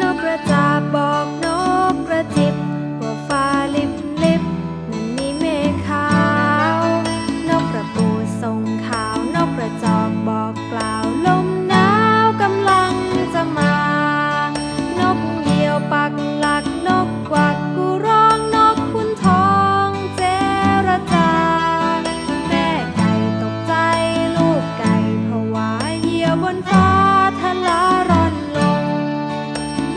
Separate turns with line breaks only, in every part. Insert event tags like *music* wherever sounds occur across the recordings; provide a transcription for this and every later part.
นกกระจาบบอกนกกระจิบว่าฟ้าลิบลิบนั้นมีเมฆขาวนกกระปูส่งข่าวนกกระจอกบอกกล่าวลมหนาวกำลังจะมา นกเหยี่ยวปักหลักนกกวักกูร้องนกคุณทองเจรจา แม่ไก่ตกใจลูกไก่ผวาเหยี่ยวบนฟ้าทะลาร่อนลง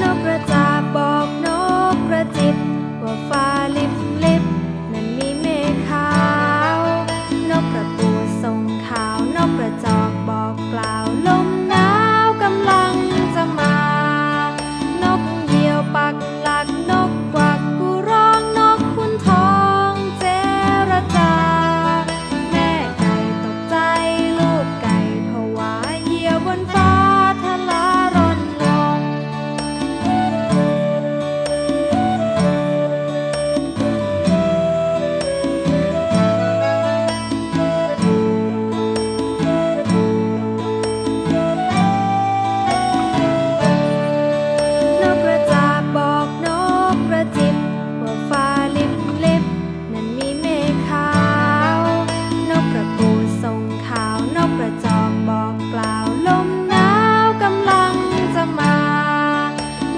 นกกระจาบบอกนกกระจิบว่าฟ้าลิบลิบนั้นมีเมฆขาวนกกระปูส่งข่าวนกกระจอกบอกกล่าวลมหนาวกำลังจะมา นกเหยี่ยวปักหลักนกกวักกูร้องนกคุณทองเจรจา แม่ไก่ตกใจลูกไก่ผวาเหยี่ยวบนฟ้าทะลาร่อนลง นกกระจาบบอกนกกระจิบว่าฟ้าลิบลิบนั้นมีเมฆขาวนกกระปูส่งข่าวนกกระจอกบอกกล่าวลมหนาวกำลังจะมา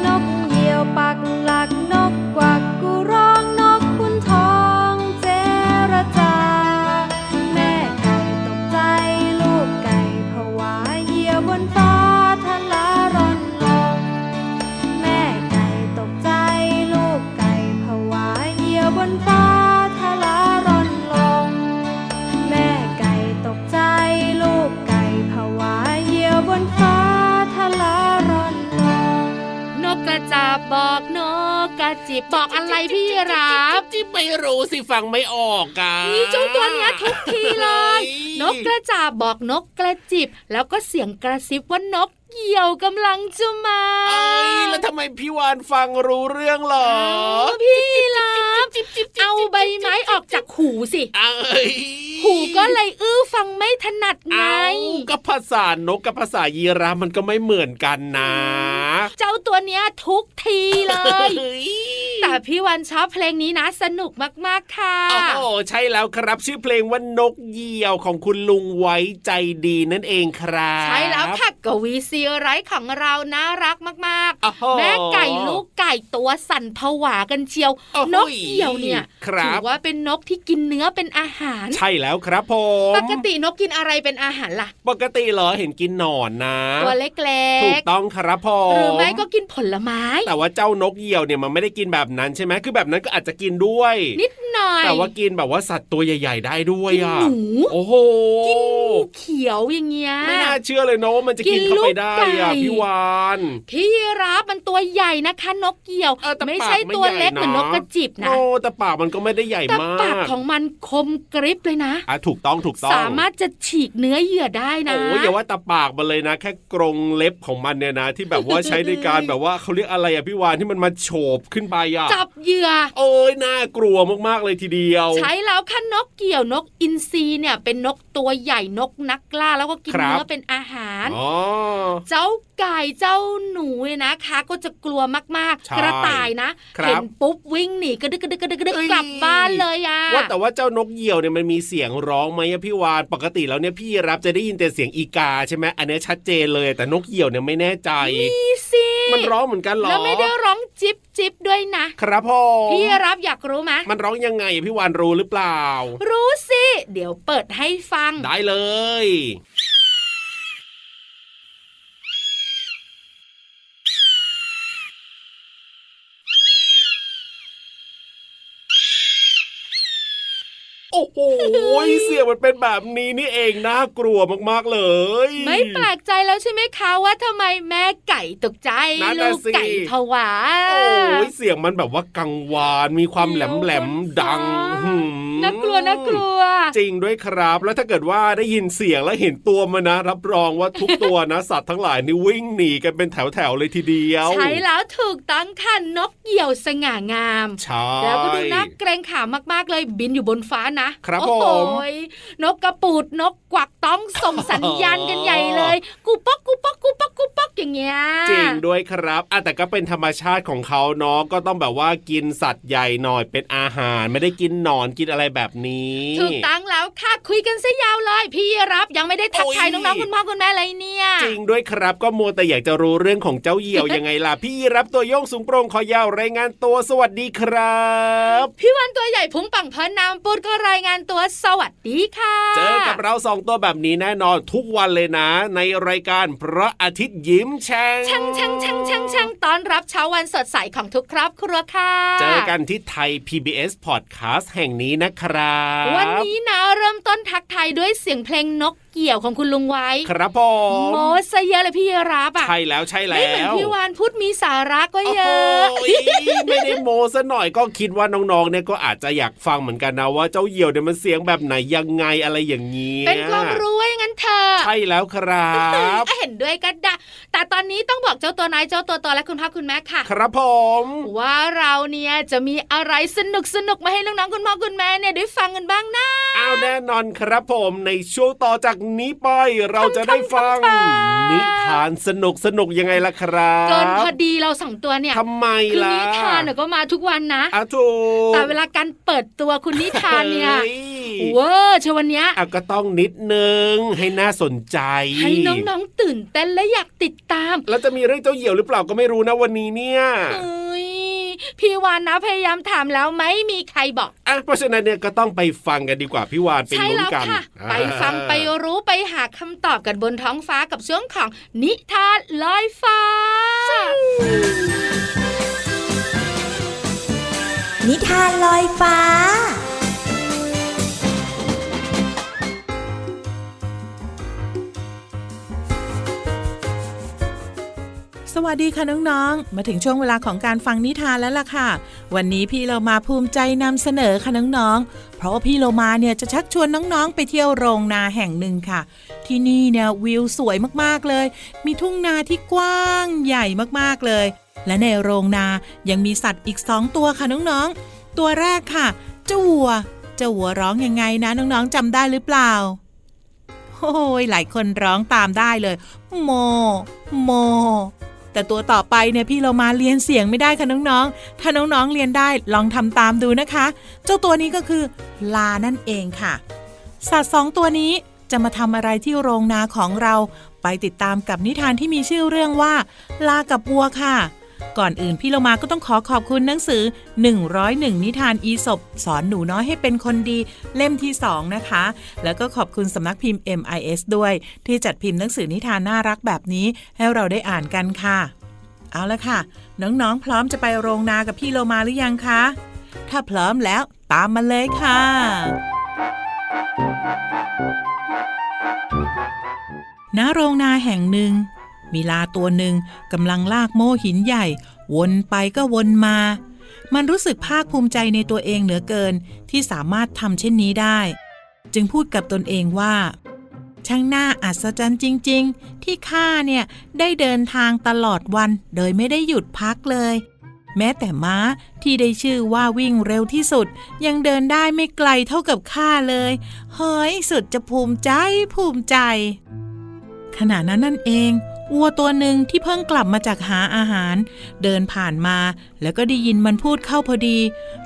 นกเหยี่ยวปักหลักนกกวักกูร้องนกคุณทองเจรจา แม่ไก่ตกใจลูกไก่ผวาเหยี่ยวบนฟ้าทะลาร่อนลง แม่ไก่ตกใจลูกไก่ผวาเหยี่ยวบนฟ้าทะลาร่อนลง แม่ไก่ตกใจลูกไก่ผวาเหยี่ยวบนฟ้าทะลาร่อนลง
นกกระจาบบอกนกกระจิบบอกอะไรพี่รับ
จิ๊บไม่รู้สิฟังไม่ออกอ่ะ
นี่เจ้าตัวเนี้ยทุกทีเลย
*laughs*
นกกระจาบบอกนกกระจิบ แล้วก็เสียงกระซิบว่านกเหยี่ยวกำลังจะมา
เอ้ยแล้วทำไมพี่วานฟังรู้เรื่องหรอ
เอาพี่รับเอาใบไม้ออกจากหูสิ
เอ้ย
หูก็เลยอื้อฟังไม่ถนัดไง
เอ้าก็ภาษานกกับภาษายีราฟมันก็ไม่เหมือนกันนะ
เจ้าตัวเนี้ยทุกทีเลย
*laughs* เอ้ย
แต่พี่วันชอบเพลงนี้นะ สนุกมากๆค่ะ
โอ้โหใช่แล้วครับชื่อเพลงว่านกเหยี่ยวของคุณลุงไว้ใจดีนั่นเองครับ
ใช่แล้วค่ะกวีซีไรท์ของเราน่ารักมาก
โอ้โห
ๆ แม่ไก่ลูกไก่ตัวสั่นผวากันเชียว
โอ้โห
นกเหยี่ยวเนี่ย
ครับ
ถืว่าเป็นนกที่กินเนื้อเป็นอาหาร
ใช่แล้วครับผม
ปกตินกกินอะไรเป็นอาหารล่ะ
ปกติเหรอเห็นกินหนอนนะ
ตัวเล็
ถู
ก
กต้องครับผ
ๆ
ม
หรือไม่ก็กินผลไม้
แต่ว่าเจ้านกเหยี่ยวเนี่ยมันไม่ได้กินแบบนั้นใช่ไหมคือแบบนั้นก็อาจจะกินด้วย
นิดหน่อย
แต่ว่ากินแบบว่าสัตว์ตัวใหญ่ ๆ ได้ด้วยอ่ะ
กินหนู
โอ้โห
กินงูเขียวอย่างเงี้ย
ไม่น่าเชื่อเลยเนาะว่ามันจะกินเข้าไปได้อ่ะ
กินลูกไก่
พี่วาน
พี่รับมันตัวใหญ่นะคะ นกเหยี่ยว
เออแต่
ไม่
ปาก
ใช่ตัว
ไม่ใหญ่
เล็กเหมือน
นะ
นกกระจิบนะ
โอ้แต่ปากมันก็ไม่ได้ใหญ่
แต่
มา
ปาก
ก
ของมันคมกริบเลยนะ
อ่ะถูกต้องถูกต้อง
สามารถจะฉีกเนื้อเหยื่อได้นะ
โอ้ยอย่าว่าแต่ปากมันเลยนะ แค่กรงเล็บของมันเนี่ยนะ ที่แบบว่าใช้ใน
*laughs*
การแบบว่าเขาเรียกอะไรอ่ะพี่วานที่มันมาโฉบขึ้นไปอ่ะ
จับเหยื่อ
โอ้ยน่ากลัวมากๆเลยทีเดียว
ใช้แล้วค่ะนกเกี่ยวนกอินทรีเนี่ย เป็นนกตัวใหญ่นกนักล่าแล้วก็กิน
ครับ
เนื้อเป็นอาหาร
อ๋อ
เจ้าไก่เจ้าหนูเนี่ยนะคะ ก็จะกลัวมาก
ใช่
ๆ กระต่ายนะครับเห็นปุ๊บวิ่งหนีกระดึกกระดึกกระดึกกระดึก
เอ้ย
กลับบ้านเลยอ่ะ
ว่าแต่ว่าเจ้านกเหยี่ยวเนี่ยมันมีเสียงร้องไหมอะพี่วานปกติแล้วเนี่ยพี่รับจะได้ยินแต่เสียงอีกาใช่ไหมอันเนี้ยชัดเจนเลย แต่นกเหยี่ยวเนี่ยไม่แน่ใจ
นี่สิ
มันร้องเหมือนกันเหรอ
แล้วไม่ได้ร้องจิบจิบด้วยนะครับ
พ่อ
พี่รับอยากรู้ไหม
มันร้องยังไงอะพี่วานรู้หรือเปล่า
รู้สิเดี๋ยวเปิดให้ฟัง
ได้เลย โอ้โหเสียงมันเป็นแบบนี้นี่เองน่ากลัวมากๆเลย
ไม่แปลกใจแล้วใช่ไหมคะว่าทำไมแม่ไก่ตกใจ
นั่น
ลู
น่ะ
ก
สิ
ไก่ผวา
โอ้ยเสียงมันแบบว่ากังวานมีความแหลมแหลมๆดัง
เดี๋
หืม
ยวก่อนน น่ากลัวน่ากลัว
จริงด้วยครับ แล้วถ้าเกิดว่าได้ยินเสียงและเห็นตัวมันนะ รับรองว่าทุกตัวนะ สัตว์ทั้งหลายนี่วิ่งหนีกันเป็นแถวๆเลยทีเดียว
ใช้แล้วถูกตั้องคันนกเหี่ยวสง่างาม
ใช่
แล้วก็ดูน่าเกรงขามมากๆเลยบินอยู่บนฟ้านะครับ โอ้โห
ผม
ยนกกระปูดนกกวักต้องส่งสัญญาณกันใหญ่เลย กูป๊อกกูป๊อกกูป๊อกกูป๊อกอย่างเงี้ย
จริงด้วยครับอ่ะแต่ก็เป็นธรรมชาติของเขาเนาะก็ต้องแบบว่ากินสัตว์ใหญ่หน่อยเป็นอาหาร ไม่ได้กินหนอนกินอะไรแบบนี้
ถูกตั้องแล้วค่ะคุยกันซะยาวเลย พี่รับยังไม่ได้ทัก
โอ้ย
ทายน้องๆคุณพ่อคุณแม่เลยเนี่ย
จริงด้วยครับก็มัวแต่อยากจะรู้เรื่องของเจ้าเหยี่ยว ยังไงล่ะ พี่รับตัวโยงสูงโปร่งคอยาวรายงานตัวสวัสดีครับ
พี่วันตัวใหญ่พุงปังพอน้ำปูดก็รายงานตัวสวัสดีค่ะ
เจอกับเราสองตัวแบบนี้แน่นอนทุกวันเลยนะ ในรายการพระอาทิตย์ยิ้มแฉ่ง
ช่างช่างช่างช่างช่างต้อนรับเช้าวันสดใสของทุกครอบครัวค่ะ
เจอกันที่ไทย PBS Podcast แห่งนี้นะครับ
วันนี้นะเริ่มต้นทักทายด้วยเสียงเพลงนกเกี่ยวของคุณลุงไว้
ครับผ
โม
ม
ซะเยอะเลยพี่รับอ่ะ
ใช่แล้วใช่แล้ว
ไม่เหมือนพี่วานพูดมีสาระก็เยอะ
โอ้โหไม่ได้โมซะหน่อยก็คิดว่าน้องๆ เนี่ยก็อาจจะอยากฟังเหมือนกันนะว่าเจ้าเหยี่ยวเนี่ยมันเสียงแบบไหนยังไงอะไรอย่างนี้ย
เป็นความรู้ไว้งั้นเธอ
ใช่แล้วครับ
เห็นด้วยก็ได้แต่ตอนนี้ต้องบอกเจ้าตัวนายเจ้าตัวต่อและคุณพ่อคุณแม่ค่ะ
ครับผม
ว่าเราเนี่ยจะมีอะไรสนุกสนุกๆมาให้น้องๆคุณพ่อคุณแม่เนี่ยได้ฟังกันบ้างนะ
อ้าวแน่นอนครับผมในช่วงต่อจากนี้ไปเราจะได้ฟัง
ทำทำทำ
นิทานสนุกสนุกๆยังไงล่ะครั
เกินพอบ ดีเราสองตัวเนี่ย
ทำไม
คือ
ล่ะ
นิทานเนี่ยก็มาทุกวันนะ
อ้าวถูก
แต่เวลาการเปิดตัวคุณนิทานเนี่ย
ฮ้
เวอร์เชยววันเนี้ย
อ่ะก็ต้องนิดนึงให้น่าสนใจ
ให้น้องๆตื่นเต้นและอยากติดตาม
แล้วจะมีเรื่องเจ้าเหี่ยวหรือเปล่าก็ไม่รู้นะวันนี้เนี่ย
เอ้ยพี่วานนะพยายามถามแล้วไม่มีใครบอก
อ่ะเพราะฉะนั้นเนี่ยก็ต้องไปฟังกันดีกว่าพี่วานไป
ใช่
ลุ้น
แล้ว
กัน
ค่ะ
อ่า
ไปฟังไปรู้ไปหาคำตอบกันบนท้องฟ้ากับช่วงของนิทานลอยฟ้า
นิทานลอยฟ้า
สวัสดีค่ะน้องๆ มาถึงช่วงเวลาของการฟังนิทานแล้วล่ะค่ะ วันนี้พี่เรามาภูมิใจนำเสนอค่ะน้องๆ เพราะว่าพี่เรามาเนี่ยจะชักชวนน้องๆ ไปเที่ยวโรงนาแห่งหนึ่งค่ะ ที่นี่เนี่ยวิวสวยมากๆเลย มีทุ่งนาที่กว้างใหญ่มากๆเลย และในโรงนายังมีสัตว์อีกสองตัวค่ะน้องๆ ตัวแรกค่ะเจ้าวัวเจ้าวัวร้องยังไงนะน้องๆจำได้หรือเปล่า โอ้ยหลายคนร้องตามได้เลย โม โม แต่ตัวต่อไปเนี่ยพี่เรามาเรียนเสียงไม่ได้ค่ะน้องๆ ถ้าน้องๆเรียนได้ลองทำตามดูนะคะ เจ้าตัวนี้ก็คือ ลานั่นเองค่ะ สัตว์สองตัวนี้จะมาทำอะไรที่โรงนาของเรา ไปติดตามกับนิทานที่มีชื่อเรื่องว่า ลากับวัวค่ะ ก่อนอื่นพี่เรามาก็ต้องขอขอบคุณหนังสือ 101 นิทานอีสบสอนหนูน้อยให้เป็นคนดีเล่มที่ 2 นะคะ แล้วก็ขอบคุณสำนักพิมพ์ MIS ด้วย ที่จัดพิมพ์หนังสือนิทานน่ารักแบบนี้ ให้เราได้อ่านกันค่ะ เอาละค่ะ น้องๆ พร้อมจะไปโรงนากับพี่โลมาหรือยังคะ ถ้าพร้อมแล้วตามมาเลยค่ะ ณโรงนาแห่งหนึ่ง มีลาตัวหนึ่งกำลังลากโม่หินใหญ่ วนไปก็วนมา มันรู้สึกภาคภูมิใจในตัวเองเหลือเกินที่สามารถทำเช่นนี้ได้ จึงพูดกับตนเองว่า ช่างน่าอัศจรรย์จริง ๆ ที่ข้าเนี่ยได้เดินทางตลอดวันโดยไม่ได้หยุดพักเลย แม้แต่ม้าที่ได้ชื่อว่าวิ่งเร็วที่สุด ยังเดินได้ไม่ไกลเท่ากับข้าเลย เฮ้ยสุดจะภูมิใจภูมิใจ ขณะนั้นนั่นเองวัวตัวหนึ่งที่เพิ่งกลับมาจากหาอาหาร เดินผ่านมาแล้วก็ได้ยินมันพูดเข้าพอดี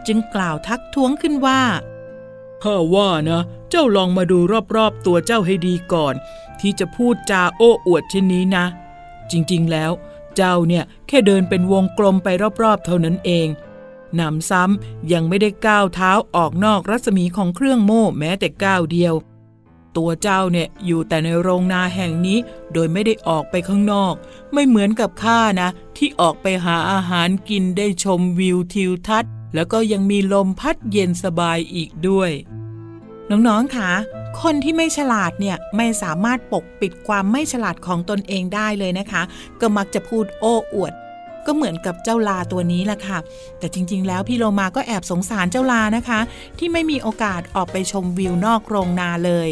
จึงกล่าวทักท้วงขึ้นว่า ข้าว่านะ เจ้าลองมาดูรอบๆ ตัวเจ้าให้ดีก่อน ที่จะพูดจาโอ้อวดเช่นนี้นะ จริงๆแล้ว เจ้าเนี่ยแค่เดินเป็นวงกลมไปรอบๆ เท่านั้นเองหนำซ้ำยังไม่ได้ก้าวเท้าออกนอกรัศมีของเครื่องโม่แม้แต่ก้าวเดียว ตัวเจ้าเนี่ยอยู่แต่ในโรงนาแห่งนี้ โดยไม่ได้ออกไปข้างนอก ไม่เหมือนกับข้านะ ที่ออกไปหาอาหารกินได้ชมวิวทิวทัศน์ แล้วก็ยังมีลมพัดเย็นสบายอีกด้วย น้องๆคะคนที่ไม่ฉลาดเนี่ยไม่สามารถปกปิดความไม่ฉลาดของตนเองได้เลยนะคะ ก็มักจะพูดโอ้อวด ก็เหมือนกับเจ้าลาตัวนี้แหละค่ะ แต่จริงๆ แล้วพี่โลมาก็แอบสงสารเจ้าลานะคะ ที่ไม่มีโอกาสออกไปชมวิวนอกโรงนาเลย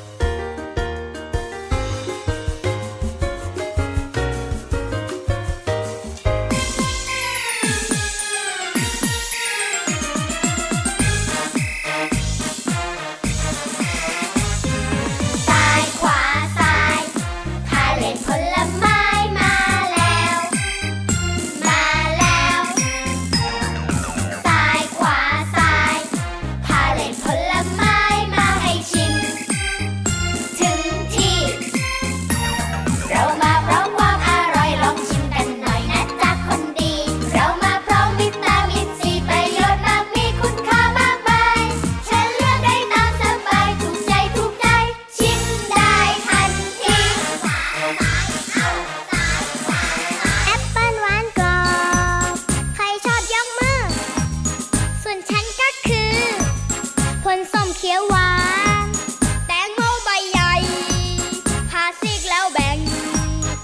ซ้ายขวาซ้ายพาเล่นผลไม้มาแล้ว มาแล้วซ้ายขวาซ้ายพาเล่นผลไม้มาให้ชิม ถึงที่ เรามาพร้อมความอร่อยลองชิมกันหน่อยนะจ๊ะคนดี เรามาพร้อมวิตามินซีประโยชน์มากมีคุณค่ามากมายฉันเลือกได้ตามสบายถูกใจถูกใจ ชิมได้ทันที
แอปเปิ้ลหวานกรอบใครชอบยกมือ ส่วนฉันก็คือผลส้มเขียวหวาน แตงโมใบใหญ่พาซีกแล้วแบ่ง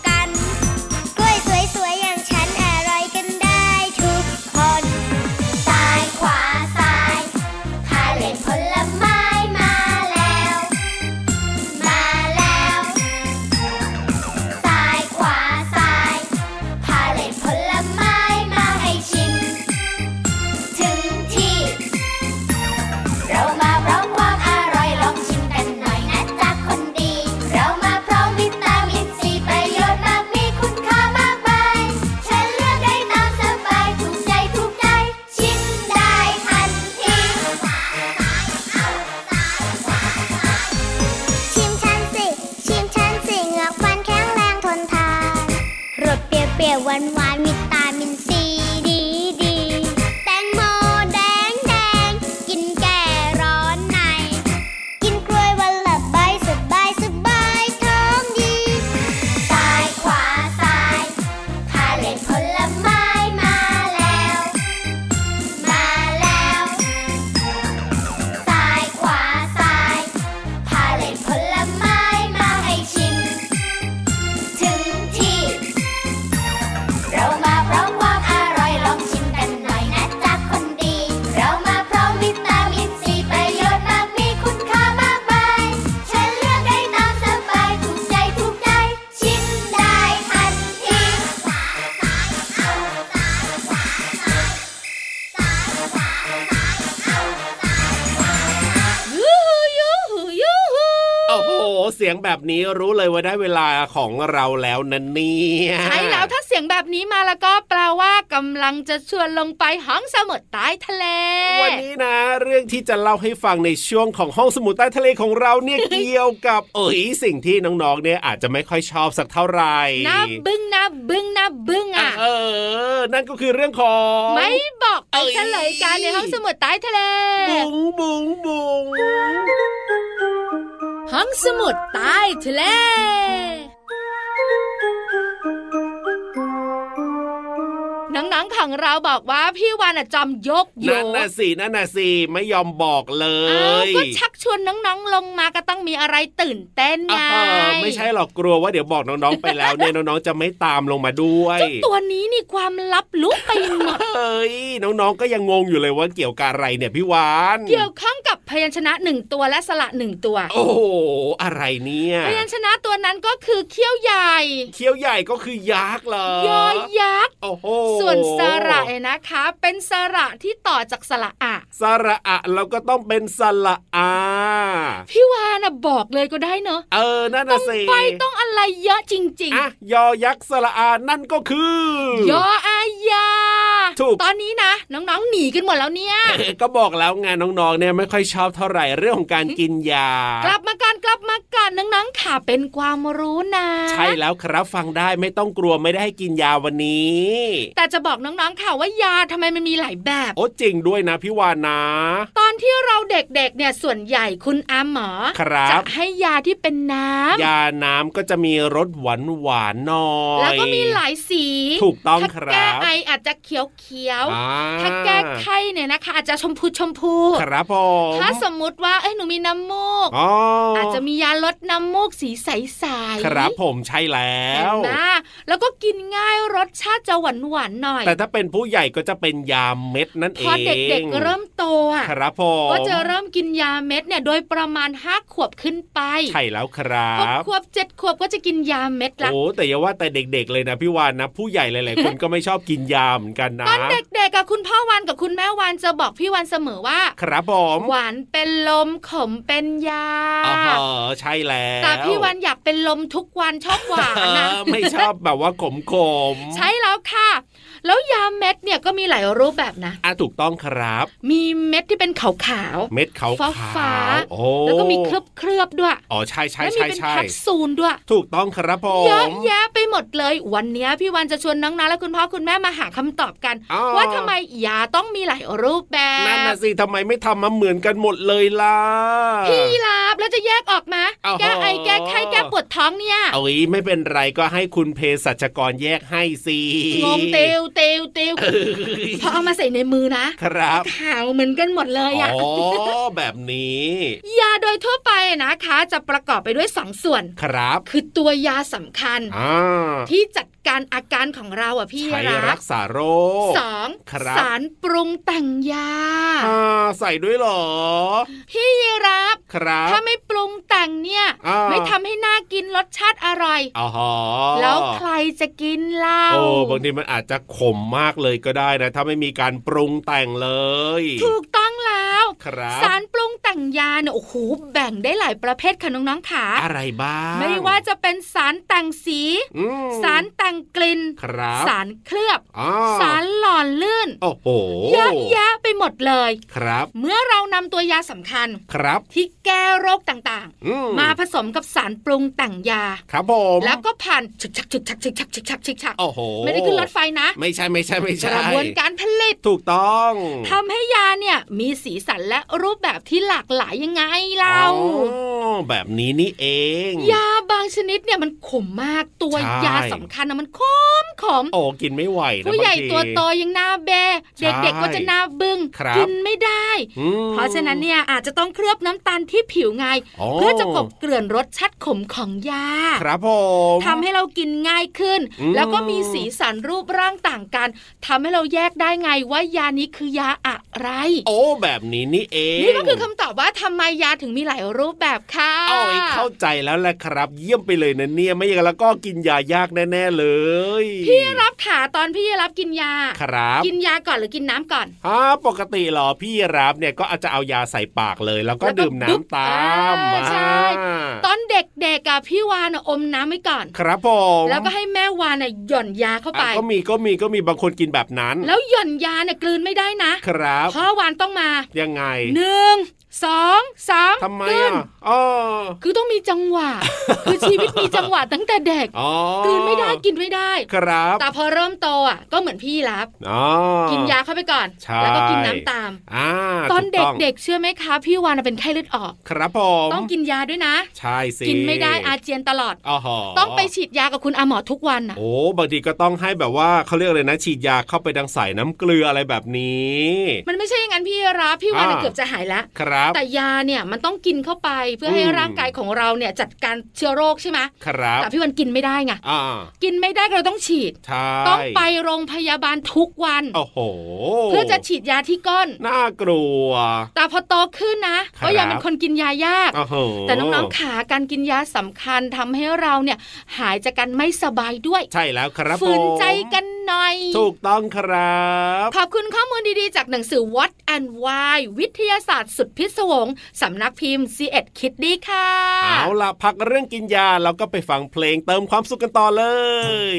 กัน กล้วยสวยๆอย่างฉันอร่อยกันได้ทุกคน
ซ้ายขวาซ้ายพาเล่นผลไม้มาแล้ว มาแล้วซ้ายขวาซ้ายพาเล่นผลไม้มาให้ชิม ถึงที่ เรามาพร้อมความอร่อยลองชิมกันหน่อยนะจ๊ะคนดี เรามาพร้อมวิตามินซีประโยชน์มากมีคุณค่ามากมายฉันเลือกได้ตามสบายถูกใจถูกใจ ชิมได้ทันที
ชิมฉันสิ ชิมฉันสิเหงือกฟันแข็งแรงทนทาน รสเปรี้ยวๆหวานหวานๆมีตามินซีดีดีๆแตงโมแดงแดงๆกินแก่ร้อนใน กินกล้วยวันละใบสบายสบายท้องดี
ซ้ายขวาซ้ายพาเล่นผลไม้มาแล้ว มาแล้วซ้ายขวาซ้ายพาเล่นผลไม้มาให้ชิม ถึงที่ เรามาพร้อมความอร่อยลองชิมกันหน่อยนะจ๊ะคนดี เรามาพร้อมวิตามินซีประโยชน์มากมีคุณค่ามากมายฉันเลือกได้ตามสบายถูกใจถูกใจ ชิมได้ทันที
ยูหูยูหูยูหู
โอ้โห เสียงแบบนี้รู้เลยว่าได้เวลาของเราแล้วนะเนี่ย
ใช่แล้วถ้าเสียงแบบนี้มาแล้วก็แปลว่ากำลังจะชวนลงไปห้องสมุดใต้ทะเล
วันนี้นะ เรื่องที่จะเล่าให้ฟังในช่วงของห้องสมุดใต้ทะเลของเราเนี่ย เกี่ยวกับ เอ๋ยสิ่งที่น้องๆเนี่ยอาจจะไม่ค่อยชอบสักเท่าไหร่
หน้าบึ้งหน้าบึ้งหน้าบึ้งอ่ะ
เออ นั่นก็คือเรื่องของ
ไม่บอกไป
เอ้ย
เฉลยกันในห้องสมุดใต้ทะเล
บุงบุงบุง
ห้องสมุดใต้ทะเล หนังๆของเราบอกว่าพี่วานอะจอมยกโย
นั่น
ก
น่ะสินั่นน่ะสิไม่ยอมบอกเล
อ้าวย ก็ชักชวนน้องๆลงมาก็ต้องมีอะไรตื่นเต้น
เอ
ไง
อไม่ใช่หรอกกลัวว่าเดี๋ยวบอกน้องๆไปแล้วเนี่ย *laughs* น้องๆจะไม่ตามลงมาด้วย
เจ้าตัวนี้นี่ความลับลุกไป
*laughs*
หมด
เอ้ยน้องๆ ก็ยังงงอยู่เลยว่าเกี่ยวกับอะไรเนี่ยพี่วาน
เกี่ยวข้องกับพยัญชนะหนึ่งตัวและสระหนึ่งตัว
โอ้โหอะไรเนี่ย
พยัญชนะตัวนั้นก็คือเขี้ยวใหญ่
เคี้ยวใหญ่ก็คือยักษ์เหรอย
อยักษ์
โอ้โห
ส่วนสระเนี่ยนะคะ เป็นสระที่ต่อจากสระอะ
สระอะเราก็ต้องเป็นสระอา
พี่วานะบอกเลยก็ได้เนอะ
เออนั่น
ต้อ
น่ะ
ง
สิ
ไปต้องอะไรเยอะจริง
อ่ะยอยักษ์สระอานั่นก็คือ
ๆยออายา
ถูก
ตอนนี้นะ น้องๆหนีกันหมดแล้วเนี่ย
เอ๊ะก็บอกแล้วไงน้องๆเนี่ยไม่ค่อยชอบเท่าไหร่เรื่องของการกินยาก
ลับมาก่อนกลับมาก่อนน้องๆค่ะเป็นความรู้นะ
ใช่แล้วครับฟังได้ไม่ต้องกลัวไม่ได้ให้กินยาวันนี้
แต่จะบอกน้องๆค่ะว่ายาทำไมมันมีหลายแบบ
โอ้จริงด้วยนะพี่วานนะ
ตอนที่เราเด็กๆเนี่ยส่วนใหญ่คุณอาหมอ
ครับ
จะให้ยาที่เป็นน้ำ
ยาน้ำก็จะมีรสหวานหวานๆหน่อย
แล้วก็มีหลายสี
ถูกต้องค
ถ้า
รั
แก้
บ
ไออาจจะเขียวๆ ขียว
อ่า
ถ้าแก้ไข้เนี่ยนะคะ อาจจะชมพูชมพู
ครับผม
ถ้าสมมุติว่าเอ้ยหนูมีน้ำมูก
อ๋อ
อา
อา
จจะมียาลดน้ำมูกสีใสๆ
ครับผมใช่แล้
เห็น
ว
ไหมแล้วก็กินง่ายรสชาติจะหวานหวานๆหน่อย
แต่ถ้าเป็นผู้ใหญ่ก็จะเป็นยาเม็ดนั่น
พ
เอง
อเด็กๆเริ่มโตอ่ะ
ครับผม
ก็จะเริ่มกินยาเม็ดเนี่ยโดยประมาณห้าขวบขึ้นไป
ใช่แล้วคร
หกั ขวบเจ็ดขวบก็จะกินยาเม็ดละ
โอ้แต่อย่าว่าแต่เด็ก ๆ เลยนะพี่วานนะผู้ใหญ่หลายๆคนก็ไม่ชอบกินยาเหมือนกันนะ
ตอนเด็กๆกับคุณพ่อวันกับคุณแม่วันจะบอกพี่วันเสมอว่า
ครับผม
หวานเป็นลมขมเป็นยา
อ๋อใช่แล้ว
แต่พี่วันอยากเป็นลมทุกวันชอบหวานนะ
เออไม่ชอบแบบว่าขมขมๆ
ใช่แล้วค่ะ แล้วยาเม็ดเนี่ยก็มีหลายรูปแบบนะ
อ่ะถูกต้องครับ
มีเม็ดที่เป็นขาวขาว
เม็ดขาว
ฟ้า
ๆ
ฟ้า
โอ้
ๆแล้วก็มีเคลือบเคลือบๆด้วย
อ๋อใช่ใช่
และมี
ใช่
เป็น
ใช่
แคปซูลด้วย
ถูกต้องครับผ
เยอะ
ม
แยะไปหมดเลย วันเนี้ยพี่วันจะชวนน้องๆและคุณพ่อคุณแม่มาหาคำตอบกัน
อ๋อ
ว่าทำไมยาต้องมีหลายรูปแบ
นั่น
บ
น่ะสิทำไมไม่ทำมาเหมือนกันหมดเลยล่ะ
พี่ลาบแล้วจะแยกออกมา
อ๋อ
แก้ไอแก้ไข้แก้ปวดท้องเนี่ย
เอาอีไม่เป็นไรก็ให้คุณเภสัชกรแยกให้สิ
งงเตวเตวเต
*laughs*
วพอเอามาใส่ในมือนะครับ ขาวเหมือนกันหมดเลย
อ๋
อะ
อแบบนี้
ยาโดยทั่วไปนะคะ จะประกอบไปด้วยสองส่วน
ครับ
คือตัวยาสำคัญ
อ่า
ที่จัดการอาการของเราอ่ะพี่
ใช้
รั
รั
ก
กษาโรค
สอง
ครับ
สารปรุงแต่งยา
อ่าใส่ด้วยเหรอ
พี่รับ
ครับ
ถ้าไม่ปรุงแต่งเนี่ย
อ่า
ไม่ทำให้น่ากินรสชาติอร่อย
อ๋อ
แล้วใครจะกินเล่า
โอ้บางทีมันอาจจะขมมากเลยก็ได้นะ ถ้าไม่มีการปรุงแต่งเลย
ถูกต้องแล้ว
ครับ
สารปรุงแต่งยาเนี่ยโอ้โหแบ่งได้หลายประเภทค่ะน้องๆขา
อะไรบ้าง
ไม่ว่าจะเป็นสารแต่งสี
อืม
สารแต่งกลิ่น
ครับ
สารเคลือบ
อ่า
สารหล่อลื่น
โอ้โห
เยอะแยะไปหมดเลย
ครับ
เมื่อเรานำตัวยาสำคัญ
ครับ
ที่แก้โรคต่าง
อื
ๆ มาผสมกับสารปรุงแต่งยา
ครับผม
แล้วก็ผ่านฉึกชักฉึกชักฉึกชักฉึกชักฉึกชัก
โอ้โห
ไม่ได้ขึ้นรถไฟนะ
ไม่ใช่ไม่ใช่ไม่
ก
ใช่
ระบวนการผลิต
ถูกต้อง
ทำให้ยาเนี่ยมีสีสันและรูปแบบที่หลากหลายยังไงเรา
อ๋อแบบนี้นี่เอง
ยาบางชนิดเนี่ยมันขมมากตัว
ใช่
ยาสำคัญนะมันขมขมๆ
โอ้กินไม่ไหวนะ
ผู้ใหญ่
บางที
ตัวโตยังหน้าแบะ
ใช่
เด็กๆก็จะหน้าบึง้ง
ครับ
กินไม่ได้
อืม
เพราะฉะนั้นเนี่ยอาจจะต้องเคลือบน้ำตาลที่ผิวไง
อ๋อ
เพื่อจะกลบเกลื่อนรสชาติขมของยา
ครับผม
ทำให้เรากินง่ายขึ้น
อืม
แล้วก็มีสีสันรูปร่างต่างกันทำให้เราแยกได้ไงว่ายานี้คือยาอะไร
โอ้แบบนี้นี่เอง
นี่ก็คือคำตอบว่าทำไมยาถึงมีหลายรูปแบบค่ะ
โอ้ยเข้าใจแล้วแหละครับ เยี่ยมไปเลยนะเนี่ยไม่อย่างนั้นแล้วก็กินยายากแน่ๆเลย
พี่รับขาตอนพี่รับกินยา
ครับ
กินยาก่อนหรือกินน้ำก่อน
อ่าปกติเหรอพี่รับเนี่ยก็อาจจะเอายาใส่ปากเลยแล้วก็
แล้วก็
ดื่ม
ดึ๊
น้ำ
บ
ตาม
อ่าใช่
อ่า
ตอนเด็กๆอะพี่วานอะอมน้ำไว้ก่อน
ครับผม
แล้วก็ให้แม่วานน่ะหย่อนยาเข้าไป
อ่ะก็มีก็มีก็มีบางคนกินแบบนั้น
แล้วหย่อนยาเนี่ยกลืนไม่ได้นะครับ พ่อวานต้องมา
ยังไง
หนึ่งสองสาม
ทำไม
กลืน
อ่ะอ๋อ
คือต้องมีจังห
*laughs*
วะ คือชีวิตมีจังหวะตั้งแต่เด็ก
อ๋อก
ลืนไม่ได้กินไม่ได้
ครับ
แต่พอเริ่มโตอ่ะก็เหมือนพี่รับ
อ๋อ
กินยาเข้าไปก่อน
ใช่
แล้วก็กินน้ำตาม
อ่า
ตอน
ถูง
เด็กๆเชื่อไหมคะ พี่วานนะเป็นไข้เลือดออก
ครับผม
ต้องกินยาด้วยนะ
ใช่สิ
กินไม่ได้อาเจียนตลอด
อ๋อห
ต้องไปฉีดยากับคุณอาหมอทุกวันอ่ะ
โอ้บางทีก็ต้องให้แบบว่าเขาเรียกอะไรนะ ฉีดยาเข้าไปดังสายน้ำเกลืออะไรแบบนี้
มันไม่ใช่อย่างนั้นพี่รับพี่วานน่ะ
อ่า
เกือบจะหายแล้ว
ครับ
แต่ยาเนี่ยมันต้องกินเข้าไปเพื่อให้
อืม
ร่างกายของเราเนี่ยจัดการเชื้อโรคใช่ไหม
ครับ
แต่พี่วันกินไม่ได้ไง
อ่า
กินไม่ได้เราต้องฉีด
ใช่
ต้องไปโรงพยาบาลทุกวัน
โอ้โห
เพื่อจะฉีดยาที่ก้น
น่ากลัว
แต่พอโตขึ้นนะครับ ก็ยังเป็นคนกินยายาก
โอ้โห
แต่น้องๆขาการกินยาสำคัญทำให้เราเนี่ยหายจากการไม่สบายด้วย
ใช่แล้วครับ
ฝืน
ผม
ใจกันหน่อย
ถูกต้องครับ
ขอบคุณข้อมูลดี ๆ จากหนังสือ What and Why วิทยาศาสตร์สุดพิศวงสำนักพิมพ์ c ีเอ็ดคิดดีค่ะ
เอาล่ะ พักเรื่องกินยา แล้วก็ไปฟังเพลงเติมความสุขกันต่อเลย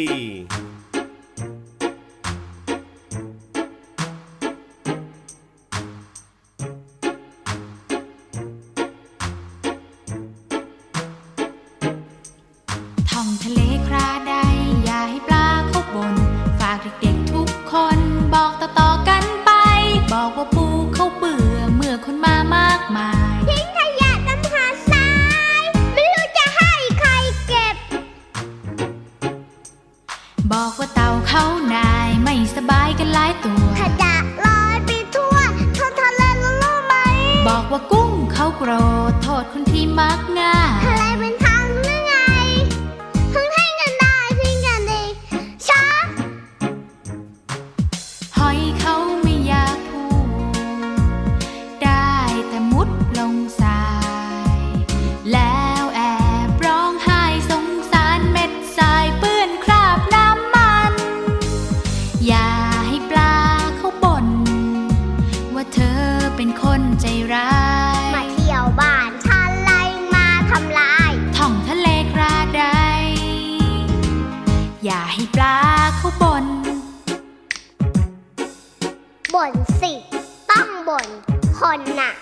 ท่องทะเลคราใด อย่าให้ปลาเข้าบน ฝากเด็กๆทุกคนบอกต่อๆกันไป บอกว่าปูเขาเบื่อเมื่อคนมามากมาย
ทิ้งขยะน้ำหาทราย ไม่รู้จะให้ใครเก็บ
บอก โกรธโทษคนที่มักง่าย
ทะเลเป็นทางหรือไงเพิ่งให้กันได้ทิ้งกันเองช้า
หอยเขาไม่อยากพูด ได้แต่มุดลงทราย แล้วแอบร้องไห้สงสารเม็ดทรายเปื้อนคราบน้ำมัน อย่าให้ปลาเขาบ่น ว่าเธอเป็นคนใจร้าย
มาเที่ยวบ้านฉันไล่มาทำลาย
ท่องทะเลกระไดอย่าให้ปลาเขาบ่น
บ่นสิ ต้องบ่นคนน่ะ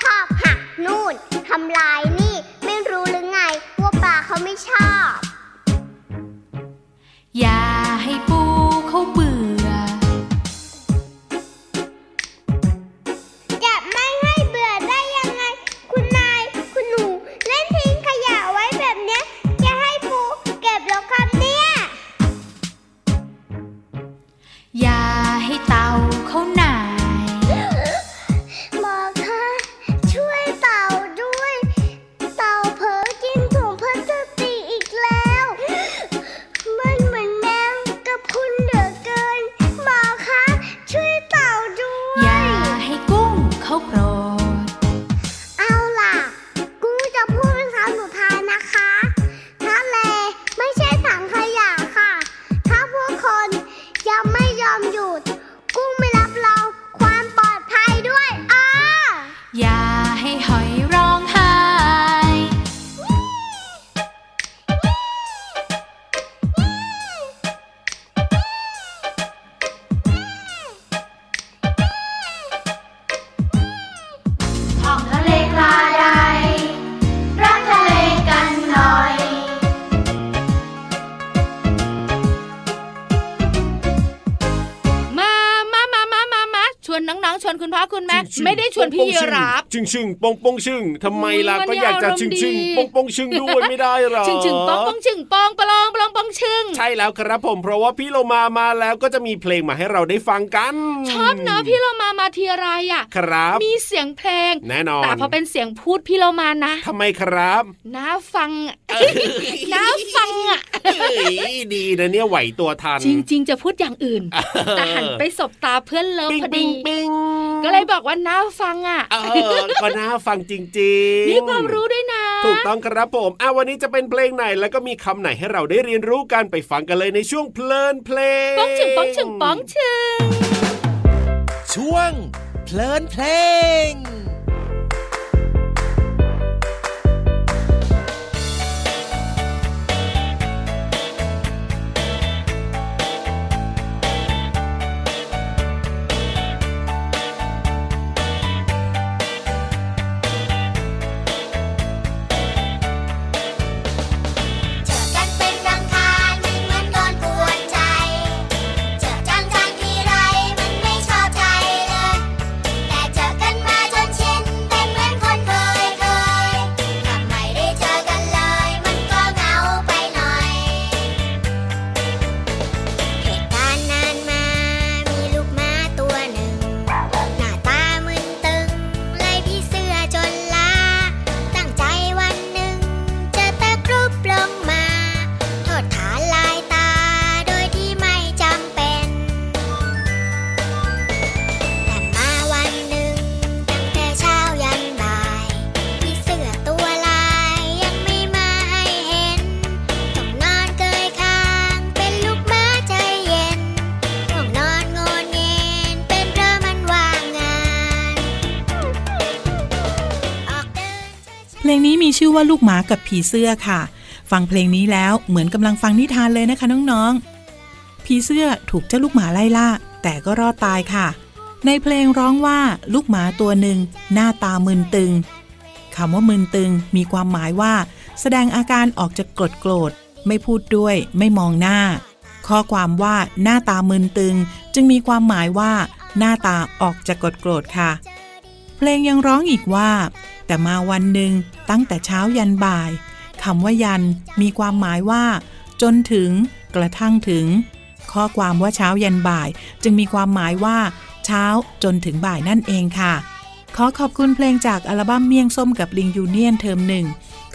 ชอบหักนู่นทำลายนี่ไม่รู้หรือไง ว่าปลาเขาไม่ชอบ
อย่าให้ปูเขาเบื่อ
จะไม่ให้เบื่อได้ยังไง คุณนาย คุณหนู เล่นทิ้งขยะไว้แบบเนี้ย จะให้ปูเก็บหรอครับเนี่ย
อย่าให้เต่าเขาหน่าย
บอกค่ะช่วยเต่าด้วย เต่าเผลอกินถุงพลาสติกอีกแล้ว มันเหมือนแมวกับคุณเหลือเกินหมอคะช่วยเต่าด้ว
อย่าย ให้กุ้งเขาโกรธ
เอาล่ะ กูจะพูดเป็นคำสุดท้ายนะคะทะเลไม่ใช่ถังขยะค่ะ ถ้าพวกคนยังไม่ยอมหยุด กุ้งไม่รับรองความปลอดภัยด้วยอ้อ
อย่าให้หอยร้องไห้
ท่องทะเลคลาใดรักทะเลกันหน่อย
มามามามามามาชวนน้องๆ ชวนคุณพ่อคุณแม่ไม่ได้ชวนพี่ยีรับ
ชึ่งชึ่งปองปองชึ่งทำไมล่ะก็
อุ๊ยวันนี้
อยากจะ
อารมณ์
ชึ่งชึ่ง
ดี
ปองปองชึ่งด้วยไม่ได้หรอ
ชึงชึงปองปองชึงปองปลองปลองปองชึง
ใช่แล้วครับผมเพราะว่าพี่โลมามาแล้วก็จะมีเพลงมาให้เราได้ฟังกัน
ชอบเนอะพี่เรามามาทีไรอ่ะ
ครับ
มีเสียงเพลง
แน่นอน
แต่พอเป็นเสียงพูดพี่เรามานะ
ทำไมครับ
น่าฟั
*laughs*
งอะน่าฟังอ่ะ
เอ้ยดีนะเนี่ยไหวตัวทัน
จริง ๆ จะพูดอย่าง
*laughs*
อื่น
เออ
แต่หันไปสบตาเพื่อนเลิฟ
ปิ๊ง
พอ
ปิ๊
ดี
งปิ๊ง
ก็เลยบอกว่าน่าฟังอ่ะ
เออก็น่าฟังจริงๆ
มีความรู้ด้วยนะ
ถูกต้องครับผมอ่ะวันนี้จะเป็นเพลงไหนแล้วก็มีคำไหนให้เราได้เรียนรู้กันไปฟังกันเลยในช่วงเพลินเพลง
ป้องชึงป้องชึงป้องชึง
ช่วง เพลินเพลง
เจอกันเป็นรังคาญเหมือนก้อนปวดใจ เจอจังจังทีไรมันไม่ชอบใจเลย แต่เจอกันมาจนชินเป็นเหมือนคนเคยเคยทำไมได้เจอกันเลย มันก็เหงาไปหน่อย เหตุการณ์นานมา มีลูกม้าตัวหนึ่ง หน้าตามึนตึงเลยพี่เสื้อจนลา ตั้งใจวันหนึ่ง จะตะกรุบลงมา โทษฐานลายตา โดยที่ไม่จำเป็น แต่มาวันหนึ่ง ตั้งแต่เช้ายันบ่าย พี่เสื้อตัวลายยังไม่มาให้เห็น ต้องนอนเกยคางเป็นลูกม้าใจเย็นง่วงนอนงนเงินเป็นเพราะมันว่างงานออกเดิน
เพลงนี้มีชื่อว่าลูกหมากับผีเสื้อค่ะ ฟังเพลงนี้แล้วเหมือนกำลังฟังนิทานเลยนะคะน้องๆ ผีเสื้อถูกเจ้าลูกหมาไล่ล่า แต่ก็รอดตายค่ะ ในเพลงร้องว่าลูกหมาตัวหนึ่งหน้าตามึนตึงคำว่ามึนตึงมีความหมายว่า แสดงอาการออกจะโกรธโกรธๆไม่พูดด้วย ไม่มองหน้า ข้อความว่าหน้าตามึนตึง จึงมีความหมายว่า หน้าตาออกจะโกรธโกรธๆค่ะ เพลงยังร้องอีกว่า แต่มาวันหนึ่งตั้งแต่เช้ายันบ่ายคำว่ายันมีความหมายว่า จนถึง กระทั่งถึง ข้อความว่าเช้ายันบ่าย จึงมีความหมายว่า เช้าจนถึงบ่ายนั่นเองค่ะ ขอขอบคุณเพลงจากอัลบั้มเมี่ยงส้มกับลิงยูเนียนเทอมหนึ่ง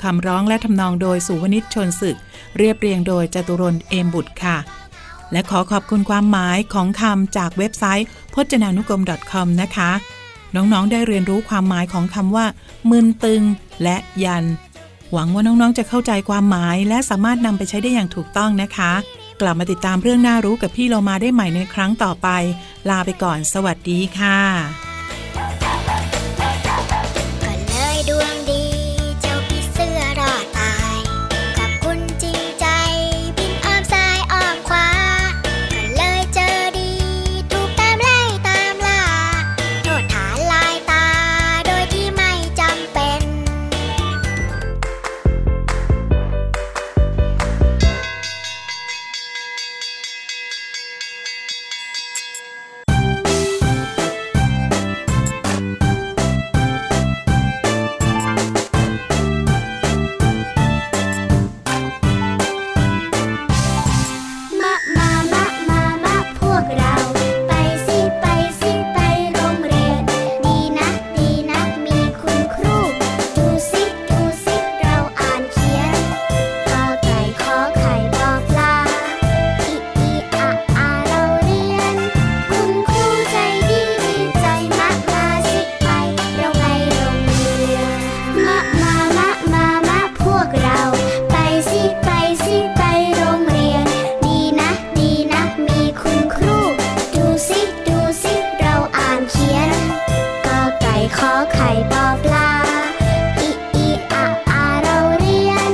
คำร้องและทำนองโดยสุวนิชชนศึก เรียบเรียงโดยจตุรนต์เอมบุตรค่ะ และขอขอบคุณความหมายของคำจากเว็บไซต์พจนานุกรม .com นะคะ น้องๆ ได้เรียนรู้ความหมายของคำว่า มึนตึง และยัน หวังว่าน้องๆ จะเข้าใจความหมายและสามารถนำไปใช้ได้อย่างถูกต้องนะคะ กลับมาติดตามเรื่องน่ารู้กับพี่เรามาได้ใหม่ในครั้งต่อไป ลาไปก่อน สวัสดีค่ะ
ก็เลยดวงดี เจ้าพี่เสื้อรอดตาย กับคุณจริงใจ บินอ้อมซ้ายอ้อมขวา ก็เลยเจอดี ถูกตามไล่ตามล่า โทษฐานลายตา โดยที่ไม่จำเป็น
มะมามะมามะพวกเรา ไปสิไปสิไปโรงเรียน ดีนะดีนะมีคุณครู ดูสิดูสิเราอ่านเขียนกอไก่ขอไข่ปอปลาอีอีอะอาเราเรียน คุณครูใจดีดีใจมะมาสิไปเราไปโรงเรียนมะมามะมามะพวกเรา ไปสิไปสิไปโรงเรียน ดีนะดีนะมีคุณครู ดูสิดูสิเราอ่านเขียนกอไก่ขอไข่ปอปลาอีอีอะอาเราเรียน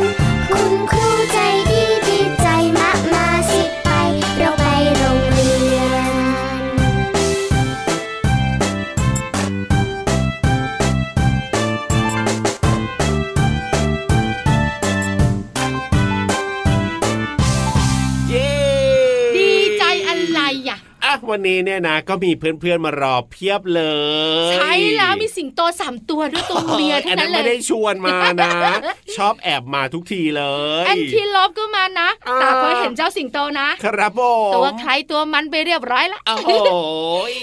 คุณครูใจดีดีใจมะมาสิไปเราไปโรงเรียน
เย้
ดีใจอะไรอ่ะ
อ่ะวันนี้เนี่ยนะ ก็มีเพื่อนๆมารอเพียบเลย
ใช้แล้วมีสิงโตสามตัวด้วยตัวเมีย
อั
เท่าน นั้
นั้น นไม่
เล
ได้
ย
ชวนมานะ
*laughs*
ชอบแอบมาทุกทีเลย
แอนทีลอบก็มานะ
อ่า
แต่พอเห็นเจ้าสิงโตนะ
ครับผม
ตัวใครตัวมันไปเรียบร้อยละ
โอ้โหย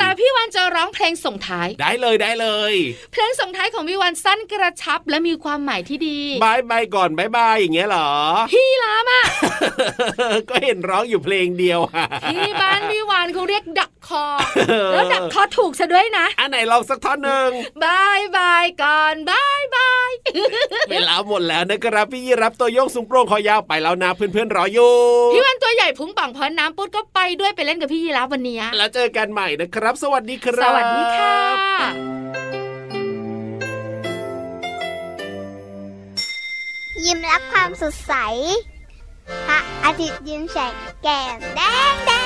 แต่พี่วันจะร้องเพลงส่งท้าย
ได้เลยได้เลย
เพลงส่งท้ายของพี่วันสั้นกระชับและมีความหมายที่ดี
บายบายก่อนบายบายอย่างเงี้ยเหรอ
พี่ลามอ่ะ
ก็เห็นร้องอยู่เพลงเดียวอะ
ที่บ้านพี่วานเขาเรียกดักคอ
เออ
แล้วดักคอถูกซะด้วยนะ
อันไหนลองสักท่อนหนึ่ง
บายบายก่อนบายบาย
เวลาหมดแล้วนะครับพี่ยีรับตัวโยกสูงโปร่งคอยาวไปแล้วนะเพื่อนๆรออยู่
พี่วานตัวใหญ่พุงป่องพอน้ำปุดก็ไปด้วยไปเล่นกับพี่ยีราฟวันเนี้ย
แล้วเจอกันใหม่นะครับ สวัสดีครับ
สวัสดีค่ะ
ยิ้มรับความสดใส พระอาทิตย์ยิ้มแฉกแก้มแดงแดง